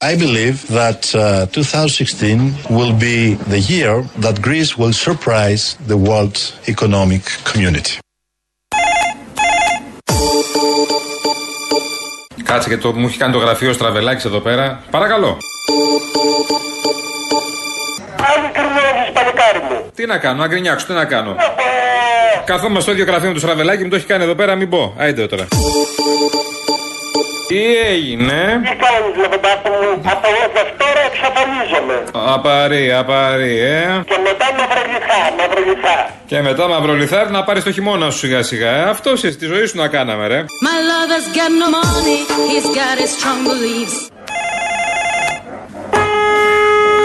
I believe that uh, 2016 will be the year that Greece will surprise the world economic community. Κάτσε και το, μου έχει κάνει το γραφείο Στραβελάκης εδώ πέρα. Παρακαλώ. Πάλι κρυμμένεις, παλικάρι μου. Τι να κάνω, να γκρινιάξω, τι να κάνω. Ε, Καθόμαστε στο ίδιο γραφείο με το Στραβελάκη, μου το έχει κάνει εδώ πέρα, μην πω. Άιντε τώρα. Τι έγινε. Τι κάνεις, λεβεντάκι μου. Από εδώ Δευτέρα εξαφανίζομαι. Απαρή, απαρή, ε. Και μετά μαυρολιθά, μαυρολιθά. Και μετά μαυρολιθάρι να πάρεις το χειμώνα σου σιγά σιγά. Ε. Αυτό είσαι, τη ζωή σου να κάναμε, ρε. My lover's got no money, he's got his strong beliefs.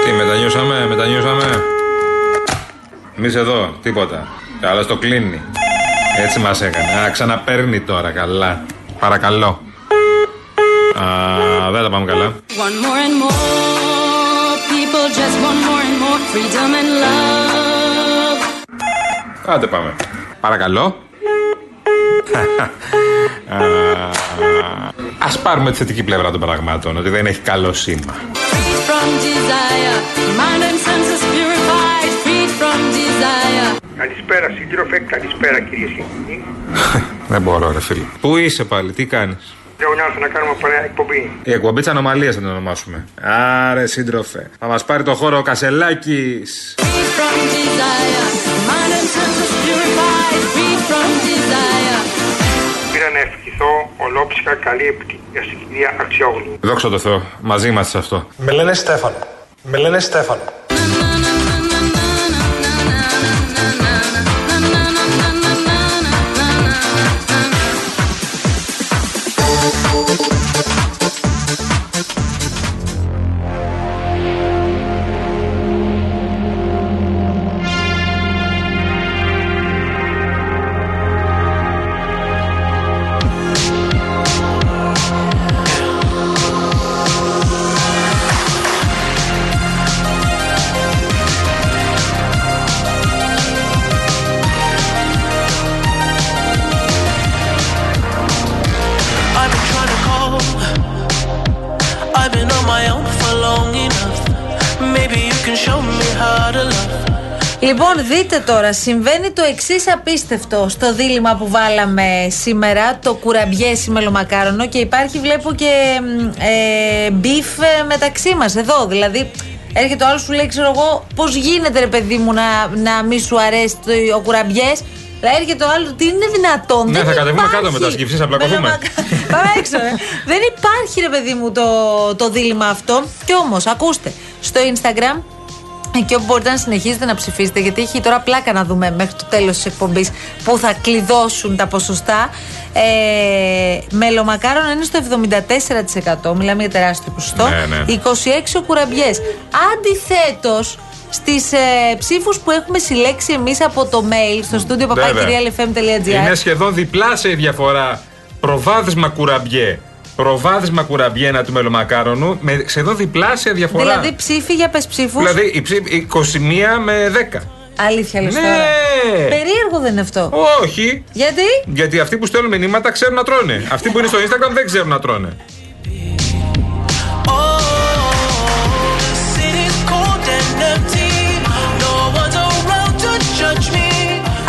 Τι, μετανιώσαμε, μετανιώσαμε. Εμείς εδώ, τίποτα. Αλλά στο κλείνει. Έτσι μας έκανε. Α, ξαναπαίρνει τώρα, καλά. Παρακαλώ. Α, δεν τα πάμε καλά. One more and more people just want more and more freedom and love. Άντε πάμε. Παρακαλώ. Ας πάρουμε τη θετική πλευρά των πραγμάτων, ότι δεν έχει καλό σήμα. Freed from desire, mind and senses purified. Freed from desire. Καλησπέρα, σύντροφε. Καλησπέρα, κυρίε και κύριοι. Δεν μπορώ, ρε φίλε. Πού είσαι πάλι, τι κάνεις. Λέω να έρθω να κάνουμε παρέα εκπομπή. Η εκπομπή της ανομαλίας θα την ονομάσουμε. Άρε, σύντροφε. Θα μας πάρει το χώρο ο Κασελάκης. Freed from desire, mind and senses purified. Freed from desire. Πήρα να ευχηθώ ολόψυχα καλή επιτυχία στην κυρία Αξιόγλου. Δόξα τω Θεώ, μαζί μας σε αυτό. Με λένε Στέφανο. Με λένε Στέφανο. I've been trying to call. I've been on my own for long enough. Maybe you can show me how to love. Λοιπόν, δείτε τώρα, συμβαίνει το εξής απίστευτο στο δίλημα που βάλαμε σήμερα, το κουραμπιέσι μελομακάρονο και υπάρχει, βλέπω και μ, ε, μπιφ ε, μεταξύ μας εδώ. Δηλαδή, έρχεται ο άλλος σου λέει, ξέρω εγώ, πώς γίνεται ρε παιδί μου να, να μη σου αρέσει το, ο κουραμπιές. Αλλά έρχεται ο άλλος, τι είναι δυνατόν. Ναι, δεν θα κατεβούμε υπάρχει. κάτω με τα σκυψί, θα πλακωθούμε. Μελομακα- Πάμε έξω. ε. Δεν υπάρχει ρε παιδί μου το, το δίλημα αυτό. Και όμως, ακούστε, στο Instagram εκεί όπου μπορείτε να συνεχίζετε να ψηφίσετε, γιατί έχει τώρα πλάκα να δούμε μέχρι το τέλος της εκπομπής που θα κλειδώσουν τα ποσοστά. Ε, μελομακάρονα είναι στο 74%. Μιλάμε για τεράστιο ποσοστό. Ναι, ναι. 26 κουραμπιές. Αντιθέτως, στις ε, ψήφους που έχουμε συλλέξει εμείς από το mail στο στούντιο Βέβαια. Είναι παπάκυριαλεφm.gr. σχεδόν διπλάσια η διαφορά. Προβάδισμα κουραμπιέ. Προβάδισμα κουραμπιένα του μελομακάρονου με σχεδόν διπλάσια διαφορά. Δηλαδή ψήφι για πεσψήφου. Δηλαδή, η ψή- 21 με 10. Αλήθεια, λες Ναι. τώρα. Περίεργο δεν είναι αυτό. Όχι. Γιατί? Γιατί αυτοί που στέλνουν μηνύματα ξέρουν να τρώνε. Αυτοί που είναι στο Instagram δεν ξέρουν να τρώνε. Oh, city's cold and empty. No one's around to judge me.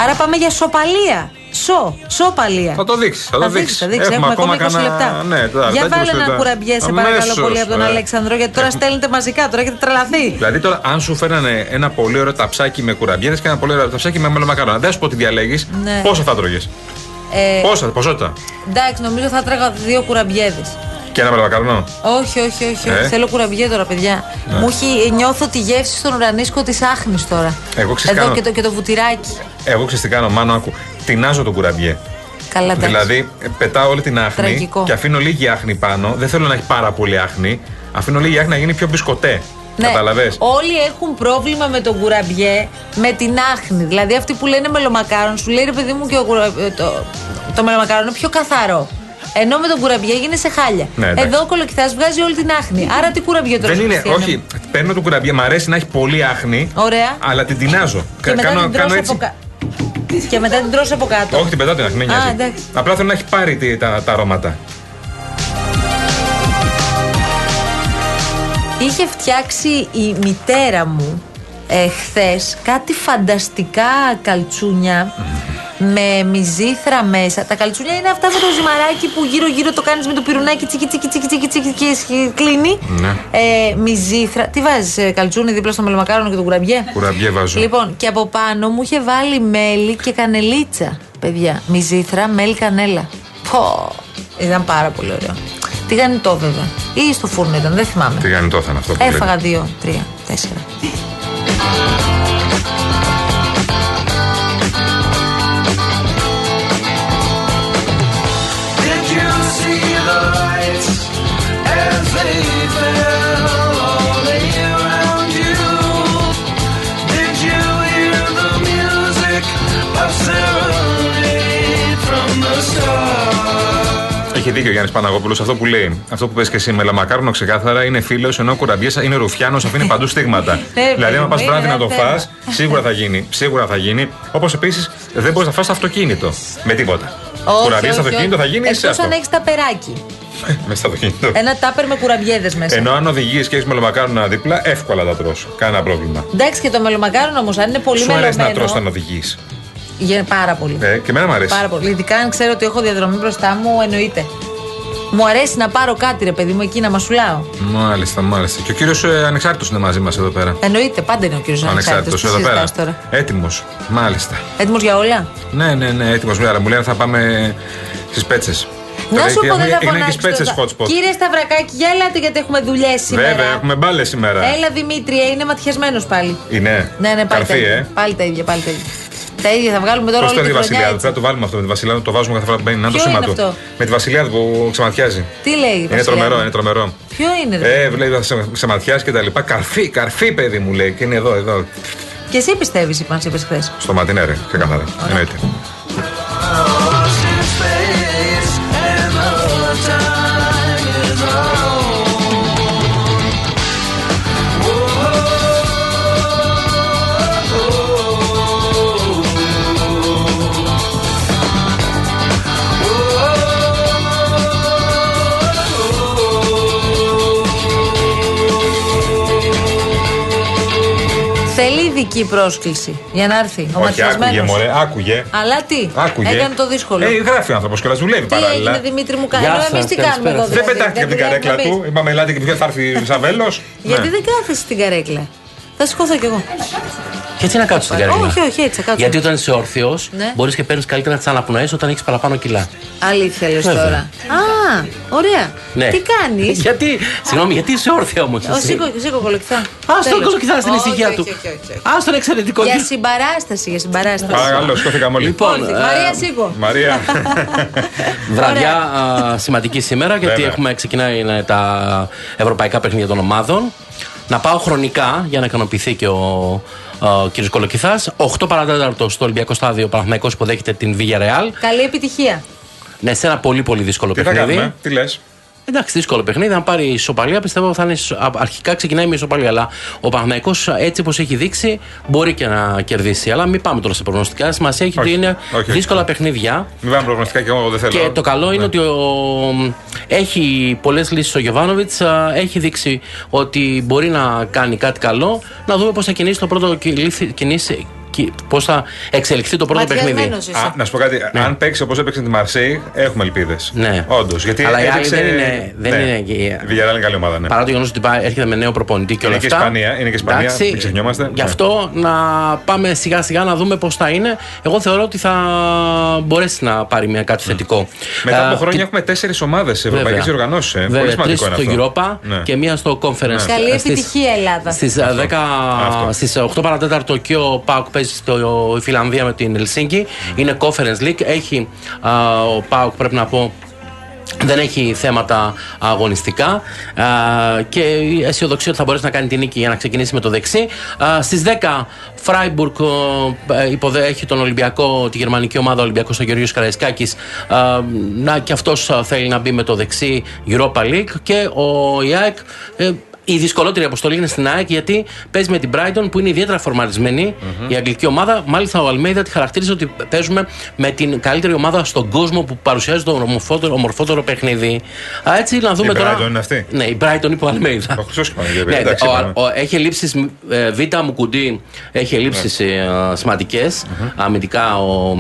Άρα πάμε για σοπαλία. Σο, σοπαλία. Θα το δείξεις. Θα, Θα το δείξεις, δείξεις. θα δείξεις. Έχουμε ακόμα 20 λεπτά. Ναι, τώρα, για τα βάλε 20 ένα λεπτά. κουραμπιέ, σε παρακαλώ Αμέσως, πολύ, από τον ε. Αλέξανδρο, γιατί τώρα Έχουμε- στέλνετε μαζικά, τώρα έχετε τρελαθεί. Δηλαδή τώρα, αν σου φέρανε ένα πολύ ωραίο ταψάκι με κουραμπιέδε και ένα πολύ ωραίο ταψάκι με μελομακάρονα, δεν σου πω τι διαλέγεις, Ναι. πόσα θα τρώγες. Ε, Πόσα, ποσότητα. εντάξει, νομίζω θα τράγα δύο κουραμπιέδε. Και ένα μελομακαρονό. Όχι, όχι, όχι. Ε. Ναι. όχι. Θέλω κουραμπιέ τώρα, παιδιά. Μου έχει ε, νιώθω τη γεύση στον ουρανίσκο της άχνης τώρα. Εγώ ξέρεις Εδώ κάνω. και το, και το βουτυράκι. Εγώ ξέρω τι κάνω, μάνο άκου. Τεινάζω τον κουραμπιέ. Καλά, εντάξει. Δηλαδή, ε, πετάω όλη την άχνη Τραγικό. και αφήνω λίγη άχνη πάνω. Δεν θέλω να έχει πάρα πολύ άχνη. Αφήνω λίγη άχνη να γίνει πιο μπισκοτέ. Ναι, Καταλαβέ. όλοι έχουν πρόβλημα με τον κουραμπιέ, με την άχνη. Δηλαδή αυτοί που λένε μελομακάρον, σου λέει ρε παιδί μου και ο κουρα... ε, το, το μελομακάρον είναι πιο καθαρό. Ενώ με τον κουραμπιέ γίνει σε χάλια. Ναι, εντάξει. Ναι. Εδώ ο κολοκυθάς βγάζει όλη την άχνη. Άρα τι κουραμπιέ τώρα Δεν είναι, όχι. Παίρνω τον κουραμπιέ, μου αρέσει να έχει πολύ άχνη. Ωραία. Αλλά την τεινάζω. Και Κα- μετά, την τρως από κα... και μετά την τρως από κάτω. Όχι, την πετάω την άχνη, με Α, νοιάζει. εντάξει. Απλά θέλω να έχει πάρει τι- τα, τα αρώματα. Είχε φτιάξει η μητέρα μου ε, χθες κάτι φανταστικά καλτσούνια με μυζήθρα μέσα. Τα καλτσούνια είναι αυτά με το ζυμαράκι που γύρω-γύρω το κάνεις με το πυρουνάκι τσίκι τσίκι τσίκι τσίκι τσίκι και σχ- κλείνει. Ναι. Ε, μυζήθρα. Τι βάζεις, ε, καλτσούνι δίπλα στο μελομακάρονο και το κουραμπιέ. Κουραμπιέ βάζω. Λοιπόν, και από πάνω μου είχε βάλει μέλι και κανελίτσα. Παιδιά, μυζήθρα, μέλι, κανέλα. Πω, ήταν πάρα πολύ ωραίο. Τηγανιτό βέβαια. Ή στο φούρνο ήταν, δεν θυμάμαι. Τι κάνει το αυτό που Έφαγα λέτε. δύο, τρία, τέσσερα. Did you see the lights as they fell all around you? Did you hear the music of serenade from the stars? Έχει δίκιο ο Γιάννης Παναγόπουλος αυτό που λέει. Αυτό που πες και εσύ με λαμακάρονο ξεκάθαρα είναι φίλος, ενώ ο κουραμπιές είναι ρουφιάνος, αφήνει παντού στίγματα. παιδί δηλαδή, μου, άμα πας είναι βράδυ ένα να το θέμα. φας, σίγουρα θα γίνει. Σίγουρα θα γίνει. Όπως επίσης δεν μπορείς να φας το αυτοκίνητο. Με τίποτα. Κουραμπιέ στο αυτοκίνητο θα γίνει σε Εκτός αυτό. αν έχεις ταπεράκι. Μέσα στο αυτοκίνητο. Ένα τάπερ με κουραμπιέδες μέσα. Ενώ αν οδηγείς και έχεις μελομακάρονα δίπλα, εύκολα τα τρως. Κανένα πρόβλημα. Εντάξει και το μελομακάρονο όμως, αν είναι πολύ Σου αρέσει να μελωμένο. τρως όταν οδηγείς. Γε- Πάρα πολύ. Ε, και εμένα μου αρέσει. Πάρα πολύ. Ειδικά αν ξέρω ότι έχω διαδρομή μπροστά μου, εννοείται. Μου αρέσει να πάρω κάτι, ρε παιδί μου, εκεί να μασουλάω. Μάλιστα, μάλιστα. Και ο κύριος ε, Ανεξάρτητος είναι μαζί μας εδώ πέρα. Εννοείται, πάντα είναι ο κύριος Ανεξάρτητος. Ανεξάρτητος Τι εδώ πέρα. συζητάς τώρα. Έτοιμος. Μάλιστα. Έτοιμος για όλα. Ναι, ναι, ναι, έτοιμος. Μου λένε, μου λένε θα πάμε στις πέτσες. Να σου πω, δεν θα Είναι και φωνάξεις στι πέτσε τώρα. hot spot. Κύριε Σταυρακάκη, για ελάτε γιατί έχουμε δουλειές σήμερα. Βέβαια, έχουμε μπάλες σήμερα. Έλα, Δημήτρια, είναι ματιασμένος πάλι. Είναι. Ε, Ναι, ναι, πάλι τα Καρφί, ίδια. ε. Πάλι τα ίδια, πάλι τα ίδια. Τα ίδια θα βγάλουμε τώρα Πώς το όλη λέει η τη χρονιά. Βασιλιάδου. έτσι. Πρέπει να το βάλουμε αυτό με τη Βασιλιάδου, το βάζουμε κάθε φορά που μπαίνει. Να είναι το Ποιο σήμα είναι του. αυτό? Με τη Βασιλιάδου που ξεματιάζει. Τι λέει, η Είναι Βασιλιάδου? τρομερό, είναι τρομερό. Ποιο είναι, ρε. Ε, βλέπει, σε, σε ματιάζει και τα λοιπά. Καρφί, καρφί, παιδί μου λέει. Και είναι εδώ, εδώ. Και εσύ πιστεύεις, είπαν, είπες χθες. Στο ματινέ, ρε, ξεκάθαρα. Εννοείται. Ocean space and the time is old. Θέλει ειδική πρόσκληση για να έρθει. Ο Όχι, άκουγε, ματιασμένος. μωρέ, άκουγε. Αλλά τι, Άκουγε. έκανε το δύσκολο. Ε, γράφει ο άνθρωπος και δουλεύει τι παράλληλα. έγινε, Δημήτρη μου, κάνει. Γεια Εμεί σας, τι καλησπέρα κάνουμε εδώ, σας. Δεν δηλαδή, πετάχτηκε από την δουλεύουμε καρέκλα εμείς. του. Είπαμε ελάτε και ποιο θα έρθει Ναι. η Σαβέλο. Γιατί δεν κάθεσαι στην καρέκλα. Θα σηκώθω κι εγώ. Και έτσι να κάτσω στην καρέκλα. Όχι, όχι, έτσι θα κάτσω. Γιατί όταν είσαι όρθιος, Ναι. μπορείς και παίρνεις καλύτερα τις αναπνοές όταν έχεις παραπάνω κιλά. Αλήθεια λες Βέβαια. τώρα. Α, ωραία. Ναι. Τι κάνεις. γιατί, συγγνώμη, γιατί είσαι όρθιο όμως. Ο Σίκο, Σίκο Κολοκυθά. Ας τον Τέλος. κολοκυθά στην Όχι, ησυχία όχι, του. όχι, όχι, όχι. Ας τον εξαιρετικό Για κύριο. συμπαράσταση, για συμπαράσταση. Παρακαλώ, σηκώθηκαμε όλοι. Λοιπόν, Όρθιο. ε, Μαρία Σίκο. Μαρία. Βραδιά α, σημαντική σήμερα γιατί Βέβαια. έχουμε ξεκινάει ε, τα ευρωπαϊκά παιχνίδια των ομάδων. Να πάω χρονικά για να ικανοποιηθεί και ο, ο κ. Κολοκυθά. 8 παρατέταρτο στο Ολυμπιακό Στάδιο Παναθυναϊκό που δέχεται την Villarreal. Καλή επιτυχία. Ναι, σε ένα πολύ πολύ δύσκολο Τι θα παιχνίδι. κάνουμε, τι λες. Εντάξει, δύσκολο παιχνίδι. Αν πάρει ισοπαλία, πιστεύω θα είναι. ισο- α- Αρχικά ξεκινάει με ισοπαλία. Αλλά ο Παναγιακό, έτσι όπως έχει δείξει, μπορεί και να κερδίσει. Αλλά μην πάμε τώρα σε προγνωστικά. Σημασία έχει ότι Όχι, είναι όχι, όχι. δύσκολα παιχνίδια. Μην πάμε προγνωστικά και εγώ δεν θέλω. Ναι. Και το καλό είναι ότι ο, έχει πολλές λύσεις ο Γιωβάνοβιτ. Έχει δείξει ότι μπορεί να κάνει κάτι καλό. Να δούμε πώς θα κινήσει το πρώτο κυλήθη- κινήσει. Πώς θα εξελιχθεί το πρώτο παιχνίδι. Ματιασμένος Α, είσαι. να σου πω κάτι. Αν παίξεις όπως έπαιξε τη Μαρσέη, έχουμε ελπίδες. Ναι. Όντο. Γιατί Αλλά η άλλη έπαιξε... δεν είναι- δεν ναι. είναι και- Η Villarreal είναι καλή ομάδα, ναι. Παρά το γεγονός ότι πάει- έρχεται με νέο προπονητή και Είναι και όλα αυτά. Ισπανία, είναι και Ισπανία, μην ξεχνιόμαστε. Γι' Ναι. αυτό να πάμε σιγά σιγά να δούμε πώς θα είναι. Εγώ θεωρώ ότι θα μπορέσει να πάρει μια κάτι θετικό. Ναι. Μετά από Ε, χρόνια και- έχουμε τέσσερις ομάδες ευρωπαϊκές Βέβαια. οργανώσει. Ε. Πολύ Βέβαια, σημαντικό τρεις είναι στο αυτό. Europa Ναι. και μία στο Conference. Καλή Ε, στις- επιτυχία, Ελλάδα. Στις, ε, 10, Αυτό. στις 8 παρατέταρτο και ο Πάουκ παίζει στο η Φιλανδία με την Ελσίνκη. Είναι Conference League. Έχει α, ο Πάουκ, πρέπει να πω, δεν έχει θέματα αγωνιστικά α, και αισιοδοξία ότι θα μπορέσει να κάνει την νίκη για να ξεκινήσει με το δεξί. Α, στις 10 Φράιμπουργκ ε, υποδέχει τον Ολυμπιακό, τη γερμανική ομάδα Ολυμπιακός ο Γεωργίος Καραϊσκάκης Α, να και αυτός α, θέλει να μπει με το δεξί Europa League και ο ΙΑΕΚ ε, Η δυσκολότερη αποστολή είναι στην ΑΕΚ γιατί παίζει με την Brighton που είναι ιδιαίτερα φορματισμένη, η αγγλική ομάδα. Μάλιστα, ο Αλμέιδα τη χαρακτήριζε ότι παίζουμε με την καλύτερη ομάδα στον κόσμο που παρουσιάζει το ομορφότερο, ομορφότερο παιχνίδι. Α, Έτσι, να δούμε τώρα. Brighton είναι αυτή? Ναι, η Brighton είπε ο Αλμέιδα. Ο Χρυσός και ο Παναγιώτης, Ναι, εντάξει, ο- είπαμε. ο- έχει λήψεις. Ε, Β. Μουκουντή έχει λήψεις Ναι. σημαντικέ αμυντικά ο,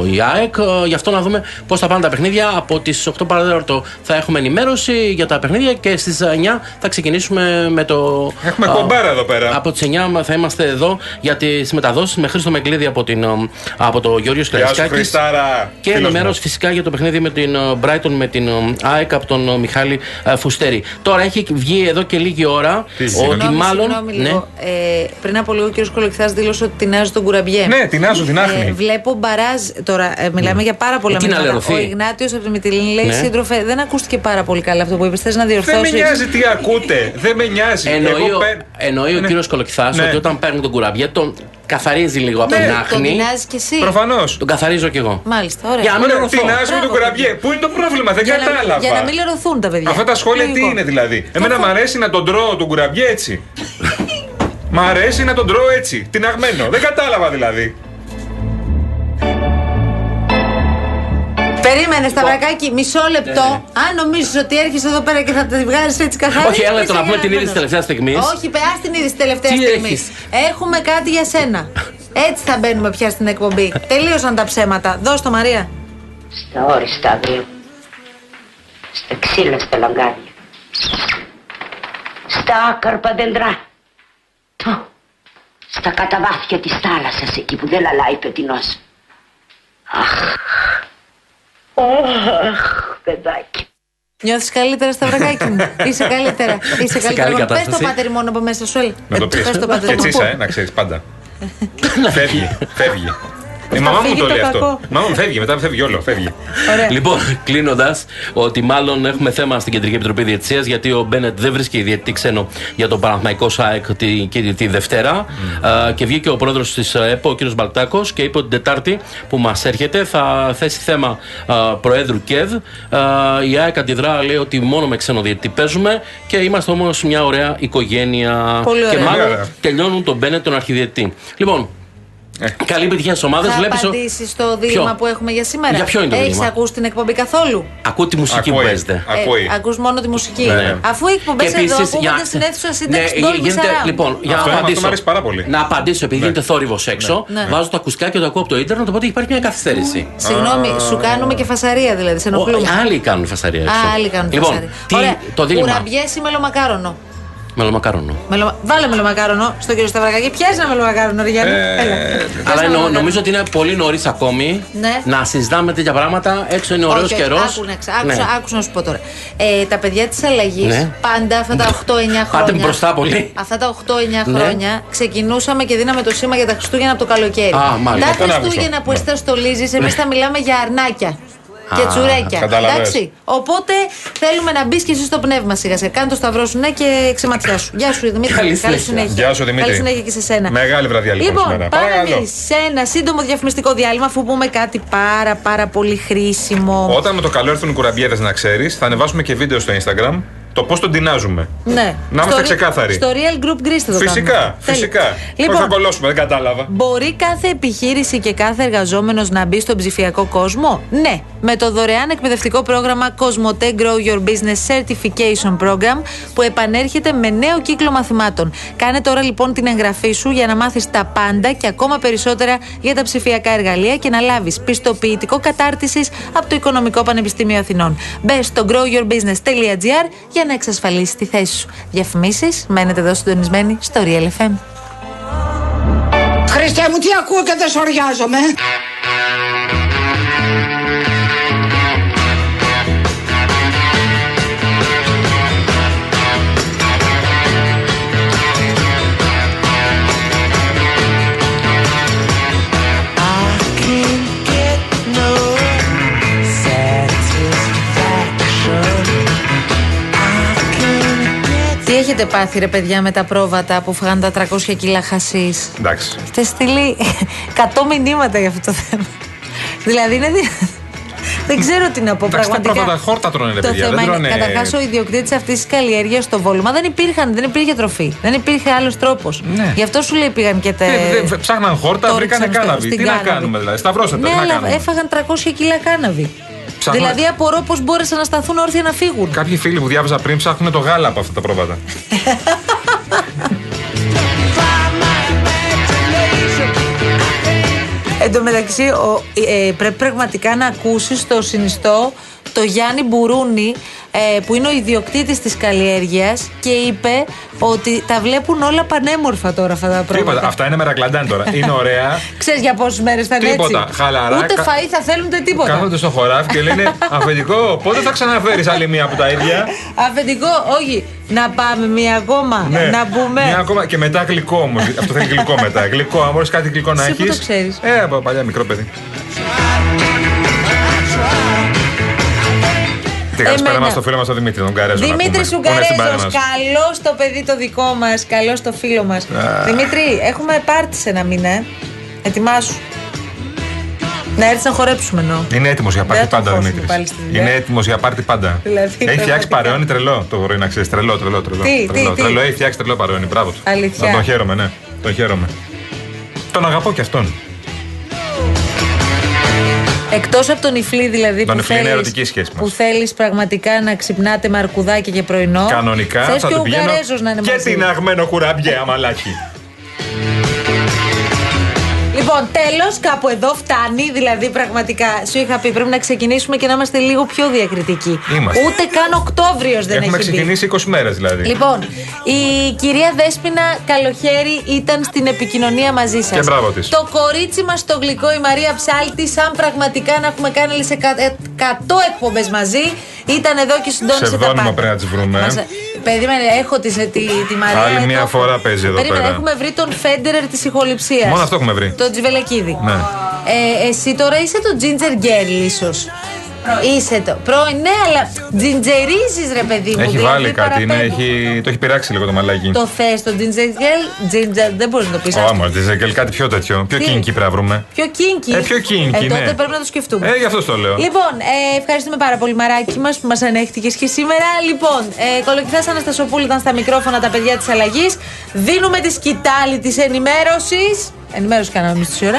ο η ΑΕΚ. Ε, Γι' αυτό να δούμε πώς θα πάνε τα παιχνίδια. Από τις 8 παρατέταρτο θα έχουμε ενημέρωση για τα παιχνίδια και στις 9 θα ξεκινήσουμε με το. Έχουμε α, κομπάρα εδώ πέρα. Από τις 9 θα είμαστε εδώ για τις μεταδόσεις με Χρήστο Μεγκλίδη από, την, ε, από το Γιώργος Γεια σου, Σκλαρσκάκη. Χριστάρα. Και Φίλος μου. ενημέρωση φυσικά για το παιχνίδι με την ε, Brighton με την ε, ΑΕΚ από τον ε, Μιχάλη ε, Φουστέρη. Τώρα έχει βγει εδώ και λίγη ώρα Τι ότι συγγνώμη, μάλλον. Συγγνώμη ναι. λίγο. Ε, πριν από λίγο ο κ. Κολοκυθάς δήλωσε ότι τεινάζει τον κουραμπιέ. Ναι, τεινάζω την Ε, άχνη. Ναι. βλέπω μπαράζ. Τώρα ε, μιλάμε για πάρα πολλά Ε, τι να μηνύματα. λερωθεί. Ο Ιγνάτιος από τη Μητυλίνη λέει: Ναι. Σύντροφε, δεν ακούστηκε πάρα πολύ καλά αυτό που είπες. Θες να Δεν με διορθώσει. νοιάζει τι ακούτε. Δεν με νοιάζει. Εννοεί, Εγώ ο, παίρνω- εννοεί ο Ναι. κύριος Κολοκυθάς Ναι. ότι όταν παίρνει τον κουραμπιέ τον καθαρίζει λίγο από Ναι. την Τον άχνη. τεινάζει Ε, κι εσύ. Προφανώς. Τον καθαρίζω κι εγώ. Μάλιστα, ωραία. Για να μην Ωραία, λερωθώ. τεινάζουμε τον Μπράβο, κουραμπιέ. Πού είναι το πρόβλημα, δεν Για να- κατάλαβα. για να μην λερωθούν τα παιδιά. Αυτά τα σχόλια τι Λογικό. είναι δηλαδή. Εμένα Καθόλου. μ' αρέσει να τον τρώω τον κουραμπιέ έτσι. Μ' αρέσει να τον τρώω έτσι, τειναγμένο. Δεν κατάλαβα δηλαδή. Λοιπόν, Περίμενε, Σταυρακάκι, μισό λεπτό. ναι, Αν νομίζεις ότι έρχεσαι εδώ πέρα και θα τη βγάλεις έτσι καθαρά. Όχι, έλα είσαι τώρα να πούμε την γελαμένος. είδηση τελευταίας στιγμής. Όχι, πε, ας την είδηση τελευταία Τι στιγμή. έχεις? Έχουμε κάτι για σένα. Έτσι θα μπαίνουμε πια στην εκπομπή. Τελείωσαν τα ψέματα. Δώσ' το, Μαρία. στα όριστα αυγρίου, στα ξύλα στα λαγκάδια, στα άκαρπα δέντρα, Του, στα καταβάθια της θάλασσας εκεί που δεν λαλάει το τεινός. Αχ, αχ, παιδάκι. Νιώθεις καλύτερα, Σταυρακάκι μου. Είσαι καλύτερα. Είσαι καλή καλύτερα. Πες το κατάσταση. πατέρι μόνο από μέσα σου, έλα. Ε, Να το πει. Πες το πατέρι Έτσι μόνο. είσαι, ε, να ξέρεις πάντα. φεύγει, φεύγει. Η Θα μαμά μου φύγει το το λέει αυτό. κακό. Η μαμά μου φεύγει, μετά φεύγει όλο. Φεύγει. Ωραία. Λοιπόν, κλείνοντας, ότι μάλλον έχουμε θέμα στην Κεντρική Επιτροπή Διετησία γιατί ο Μπένετ δεν βρίσκει διαιτητή ξένο για τον Παναθμαϊκό ΣΑΕΚ τη, και τη Δευτέρα. Α, και βγήκε ο πρόεδρος της ΕΠΟ, ο κ. Μπαλτάκος, και είπε ότι την Τετάρτη που μας έρχεται θα θέσει θέμα α, Προέδρου ΚΕΔ. Α, η ΑΕΚ αντιδρά, λέει ότι μόνο με ξένο διαιτητή παίζουμε και είμαστε όμως μια ωραία οικογένεια. Πολύ ωραία. Και μάλλον Ωραία. τελειώνουν τον Μπένετ, τον αρχιδιαιτητή. Λοιπόν, καλή επιτυχία στις ομάδες. Θα Βλέπεις. απαντήσεις στο δίλημα Ποιο? που έχουμε για σήμερα. Για ποιο είναι το Έχεις δίλημα? ακούσει την εκπομπή καθόλου. Ακούω τη μουσική Ακούει. που παίζεται. Ακούει. Ε, ακούς μόνο τη μουσική. Ναι. Αφού οι εκπομπές Και εδώ επίσης, ακούγονται για- συνήθω ασύνταξη Ναι, ναι, γίνεται- Λοιπόν, για να Αυτό- αυτό απαντήσω. μ' αρέσει πάρα πολύ. Να απαντήσω, επειδή γίνεται θόρυβο έξω, Ναι. βάζω τα ακουστικά και το ακούω από το ίντερνετ, οπότε υπάρχει μια καθυστέρηση. Συγγνώμη, σου κάνουμε και φασαρία δηλαδή. Σε Ο- ενοχλούμε. Άλλοι κάνουν φασαρία έξω. Α, άλλοι κάνουν λοιπόν, φασαρία. τι- Ωραία. το δίλημα. Κουραμπιές ή μελομακάρονο. Μελομακάρονο. Μελο... Βάλε μελομακάρονο στον κύριο Σταυρακάκη. Πιάζει ένα μελομακάρονο, ρε Γιάννη. Ε, Έλα. Πιάσε Αλλά ένα νο- μελομακάρονο. νομίζω ότι είναι πολύ νωρίς ακόμη Ναι. να συζητάμε τέτοια πράγματα. Έξω είναι Ναι. ωραίο Όχι, όχι, καιρός. άκου να ξα- άκουσα- Άκουσα να σου πω τώρα. Ε, τα παιδιά της αλλαγής Ναι. πάντα αυτά τα 8-9 χρόνια. Πάτε μπροστά πολύ. Αυτά τα 8-9 Ναι. χρόνια ξεκινούσαμε και δίναμε το σήμα για τα Χριστούγεννα από το καλοκαίρι. Α, μάλιστα. Ναι. τα Τον Αύγουστο. Χριστούγεννα που εσύ τα στολίζει, εμείς θα μιλάμε για αρνάκια. Και Α, τσουρέκια. κατάλαβες. Οπότε θέλουμε να μπεις και εσύ στο πνεύμα σιγά σιγά. Κάνε το σταυρό σου, ναι, και ξεματιά σου. Γεια σου, Δημήτρη. Καλή συνέχεια. συνέχεια. Γεια σου, Δημήτρη. Καλή συνέχεια και σε σένα. Μεγάλη βραδιά λοιπόν, Λοιπόν, σήμερα. πάμε Παρακαλώ. εμείς σε ένα σύντομο διαφημιστικό διάλειμμα αφού πούμε κάτι πάρα πάρα πολύ χρήσιμο. Όταν με το καλό έρθουν οι κουραμπιέδες να ξέρεις, θα ανεβάσουμε και βίντεο στο Instagram το πώς τον τεινάζουμε. Ναι. Να είμαστε Στο re- ξεκάθαροι. Στο real group Greece θα το κάνουμε. Φυσικά, Τέλεια. φυσικά. Λοιπόν, θα Λοιπόν, κολλώσουμε, δεν κατάλαβα. μπορεί κάθε επιχείρηση και κάθε εργαζόμενος να μπει στον ψηφιακό κόσμο. Ναι. Με το δωρεάν εκπαιδευτικό πρόγραμμα Cosmote Grow Your Business Certification Program που επανέρχεται με νέο κύκλο μαθημάτων. Κάνε τώρα λοιπόν την εγγραφή σου για να μάθεις τα πάντα και ακόμα περισσότερα για τα ψηφιακά εργαλεία και να λάβεις πιστοποιητικό κατάρτισης από το Οικονομικό Πανεπιστήμιο Αθηνών. Μπες στο growyourbusiness.gr για να εξασφαλίσει τη θέση σου. Διαφημίσεις, μένετε εδώ συντονισμένοι στο Real FM. Χριστέ μου, τι ακούω και δεν σοριάζομαι. I can get no satisfaction. I can get Τι έχετε πάθει ρε παιδιά με τα πρόβατα που φάγανε τα 300 κιλά χασίς. Εντάξει. Έχετε στείλει 100 μηνύματα για αυτό το θέμα. δηλαδή είναι δυνατόν. Δεν ξέρω τι να πω Εντάξει, τα πραγματικά. πρώτα χόρτα τρώνε, ρε Το παιδιά, θέμα δεν είναι, τρώνε- καταρχάς, ο ιδιοκτήτης αυτής της καλλιέργειας στο Βόλμα δεν υπήρχαν, δεν υπήρχε τροφή. Δεν υπήρχε άλλος τρόπος. Ναι. Γι' αυτό σου λέει πήγαν και τα. Ε, δε- ψάχναν χόρτα, τόριξαν βρήκανε στο- κάναβι. στην Τι να κάναβη. κάνουμε δηλαδή, σταυρώσατε, Ναι, τι να αλλά κάνουμε. έφαγαν 300 κιλά κάναβι. Ψάχναν- Δηλαδή απορώ πώς μπόρεσαν να σταθούν όρθια να φύγουν. Κάποιοι φίλοι που διάβαζα πριν ψάχνουν το γάλα από αυτά τα πρόβατα. Εν τω μεταξύ, ο- ε, πρέπει πραγματικά να ακούσεις το συνιστό το Γιάννη Μπουρούνι, ε, που είναι ο ιδιοκτήτης της καλλιέργειας και είπε ότι τα βλέπουν όλα πανέμορφα τώρα αυτά τα Τίποτα. πράγματα. Αυτά είναι μερακλαντάν τώρα. Είναι ωραία. Ξέρεις για πόσες μέρες θα είναι Τίποτα. έτσι. Χαλαρά. Ούτε Κα- φαΐ θα θέλουν ούτε τίποτα. Κάθονται στο χωράφι και λένε Αφεντικό, πότε θα ξαναφέρεις άλλη μία από τα ίδια. Αφεντικό, όχι. Να πάμε μία ακόμα. Ναι. Να μπούμε. Μια ακόμα και μετά γλυκό όμως. Αυτό θέλει γλυκό μετά. Γλυκό, αν μπορείς κάτι γλυκό να Εσύ έχει. πού το ξέρεις? Ε, από παλιά μικρό παιδί. Τι καλησπέρα Εμένα. μα στο φίλο μας τον Δημήτρη, τον Καρέζο. να πούμε, Δημήτρη που είναι στην παρέα Σουγκαρέζο, μας. καλό το παιδί το δικό μας, καλό το φίλο μας. Δημήτρη, έχουμε πάρτι σε ένα μήνα. ε. Ετοιμάσου. Να έρθεις να χορέψουμε εννοώ. Είναι έτοιμος για πάρτι Δεν θα πάντα, χώσουμε Δημήτρης. πάλι στη δουλειά. Είναι έτοιμος για πάρτι πάντα. Δηλαδή, έχει φτιάξει πραγματικά. παρεώνι τρελό το μπορεί να ξέρεις. Τρελό, τρελό, τρελό. Τι, τρελό, τι, τι. τρελό. Έχει φτιάξει τρελό παρεώνι. Μπράβο του. Αλήθεια. Να τον χαίρομαι, ναι. Τον χαίρομαι. Τον αγαπώ και αυτόν. Εκτός από τον Ιφλή δηλαδή Ναι. Τον που Ιφλή είναι θέλεις- ερωτική σχέση μας. Που θέλεις πραγματικά να ξυπνάτε με αρκουδάκια και πρωινό. Κανονικά Θες θα και του ο πηγαίνω. Ουγγαρέζος να είναι και μαζί. την αγμένο κουραμπιέ, αμαλάκι. Λοιπόν, τέλος, κάπου εδώ φτάνει. Δηλαδή, πραγματικά σου είχα πει πρέπει να ξεκινήσουμε και να είμαστε λίγο πιο διακριτικοί. Είμαστε. Ούτε καν Οκτώβριος δεν Έχουμε έχει μπει. ξεκινήσει 20 μέρες δηλαδή. Λοιπόν, η κυρία Δέσποινα Καλοχέρη ήταν στην επικοινωνία μαζί σας. Και μπράβο της. Το κορίτσι μας το γλυκό, η Μαρία Ψάλτη, σαν πραγματικά να έχουμε κάνει άλλες εκα- ε, 100 εκπομπές μαζί, ήταν εδώ και συντόνισε τα Ψευδόνυμο πάντα. πρέπει να τις βρούμε. Μας- ε, Περίμενε, έχω τη, τη, τη Μαρία. Άλλη εδώ. μία φορά παίζει εδώ Περίμενε, πέρα. έχουμε βρει τον Φέντερερ της ηχοληψίας. Μόνο αυτό έχουμε βρει. Τον Τζιβελεκίδη. Ναι. Ε, εσύ τώρα είσαι το ginger girl, ίσως. Είσαι το. Πρώην, ναι, αλλά τζιντζερίζεις, ρε παιδί μου. Έχει δηλαδή βάλει κάτι, ναι, παραπέμπεις. έχει... το έχει πειράξει λίγο το μαλάκι. Το θες το ginger girl, ginger, δεν μπορείς να το πεις. Ο Άμορ, κάτι πιο τέτοιο. Πιο Τι? kinky πρέπει να βρούμε. Πιο kinky. Ε, πιο kinky, Ε, τότε ναι. πρέπει να το σκεφτούμε. Ε, γι' αυτό το λέω. Λοιπόν, ε, ευχαριστούμε πάρα πολύ, Μαράκι μας, που μας ανέχτηκες και σήμερα. Λοιπόν, ε, Κολοκυθάς Αναστασοπούλου ήταν στα μικρόφωνα τα παιδιά της αλλαγής. Δίνουμε τη σκητάλη της ενημέρωσης. Ενημέρωση κάναμε εμείς τη ώρα.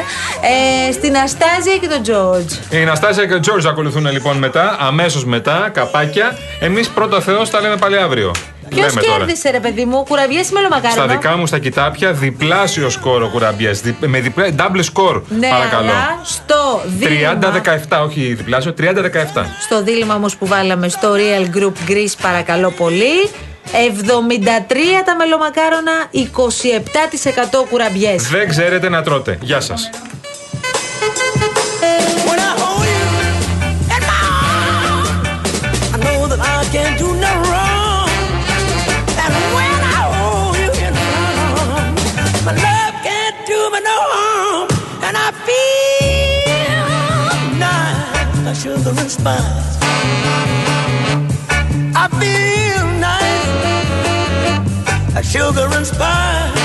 Ε, στην Αστάζια και τον Τζορτζ. Η Ναστάσια και ο Τζόρτζ ακολουθούν λοιπόν μετά, αμέσως μετά, καπάκια. Εμείς πρώτα Θεός τα λέμε πάλι αύριο. Ποιος Λέμε τώρα. κέρδισε, ρε παιδί μου, κουραβιέ ή μελομακάρονο. Στα δικά μου στα κοιτάπια, διπλάσιο σκορ ο κουραμπιές. Με διπλά, double score, Ναι, παρακαλώ. αλλά στο δίλημα. 30-17, όχι διπλάσιο, 30-17. Στο δίλημα όμως που βάλαμε στο Real Group Greece, παρακαλώ πολύ. 73 τα μελομακάρονα, 27% κουραμπιές. Δεν ξέρετε να τρώτε. Γεια σας. When I hold you in my arms, I know that I can do no wrong. And when I hold you in my arms, my love can't do me no harm. And I feel nice, I should the response. I feel nice, I sugar and spice.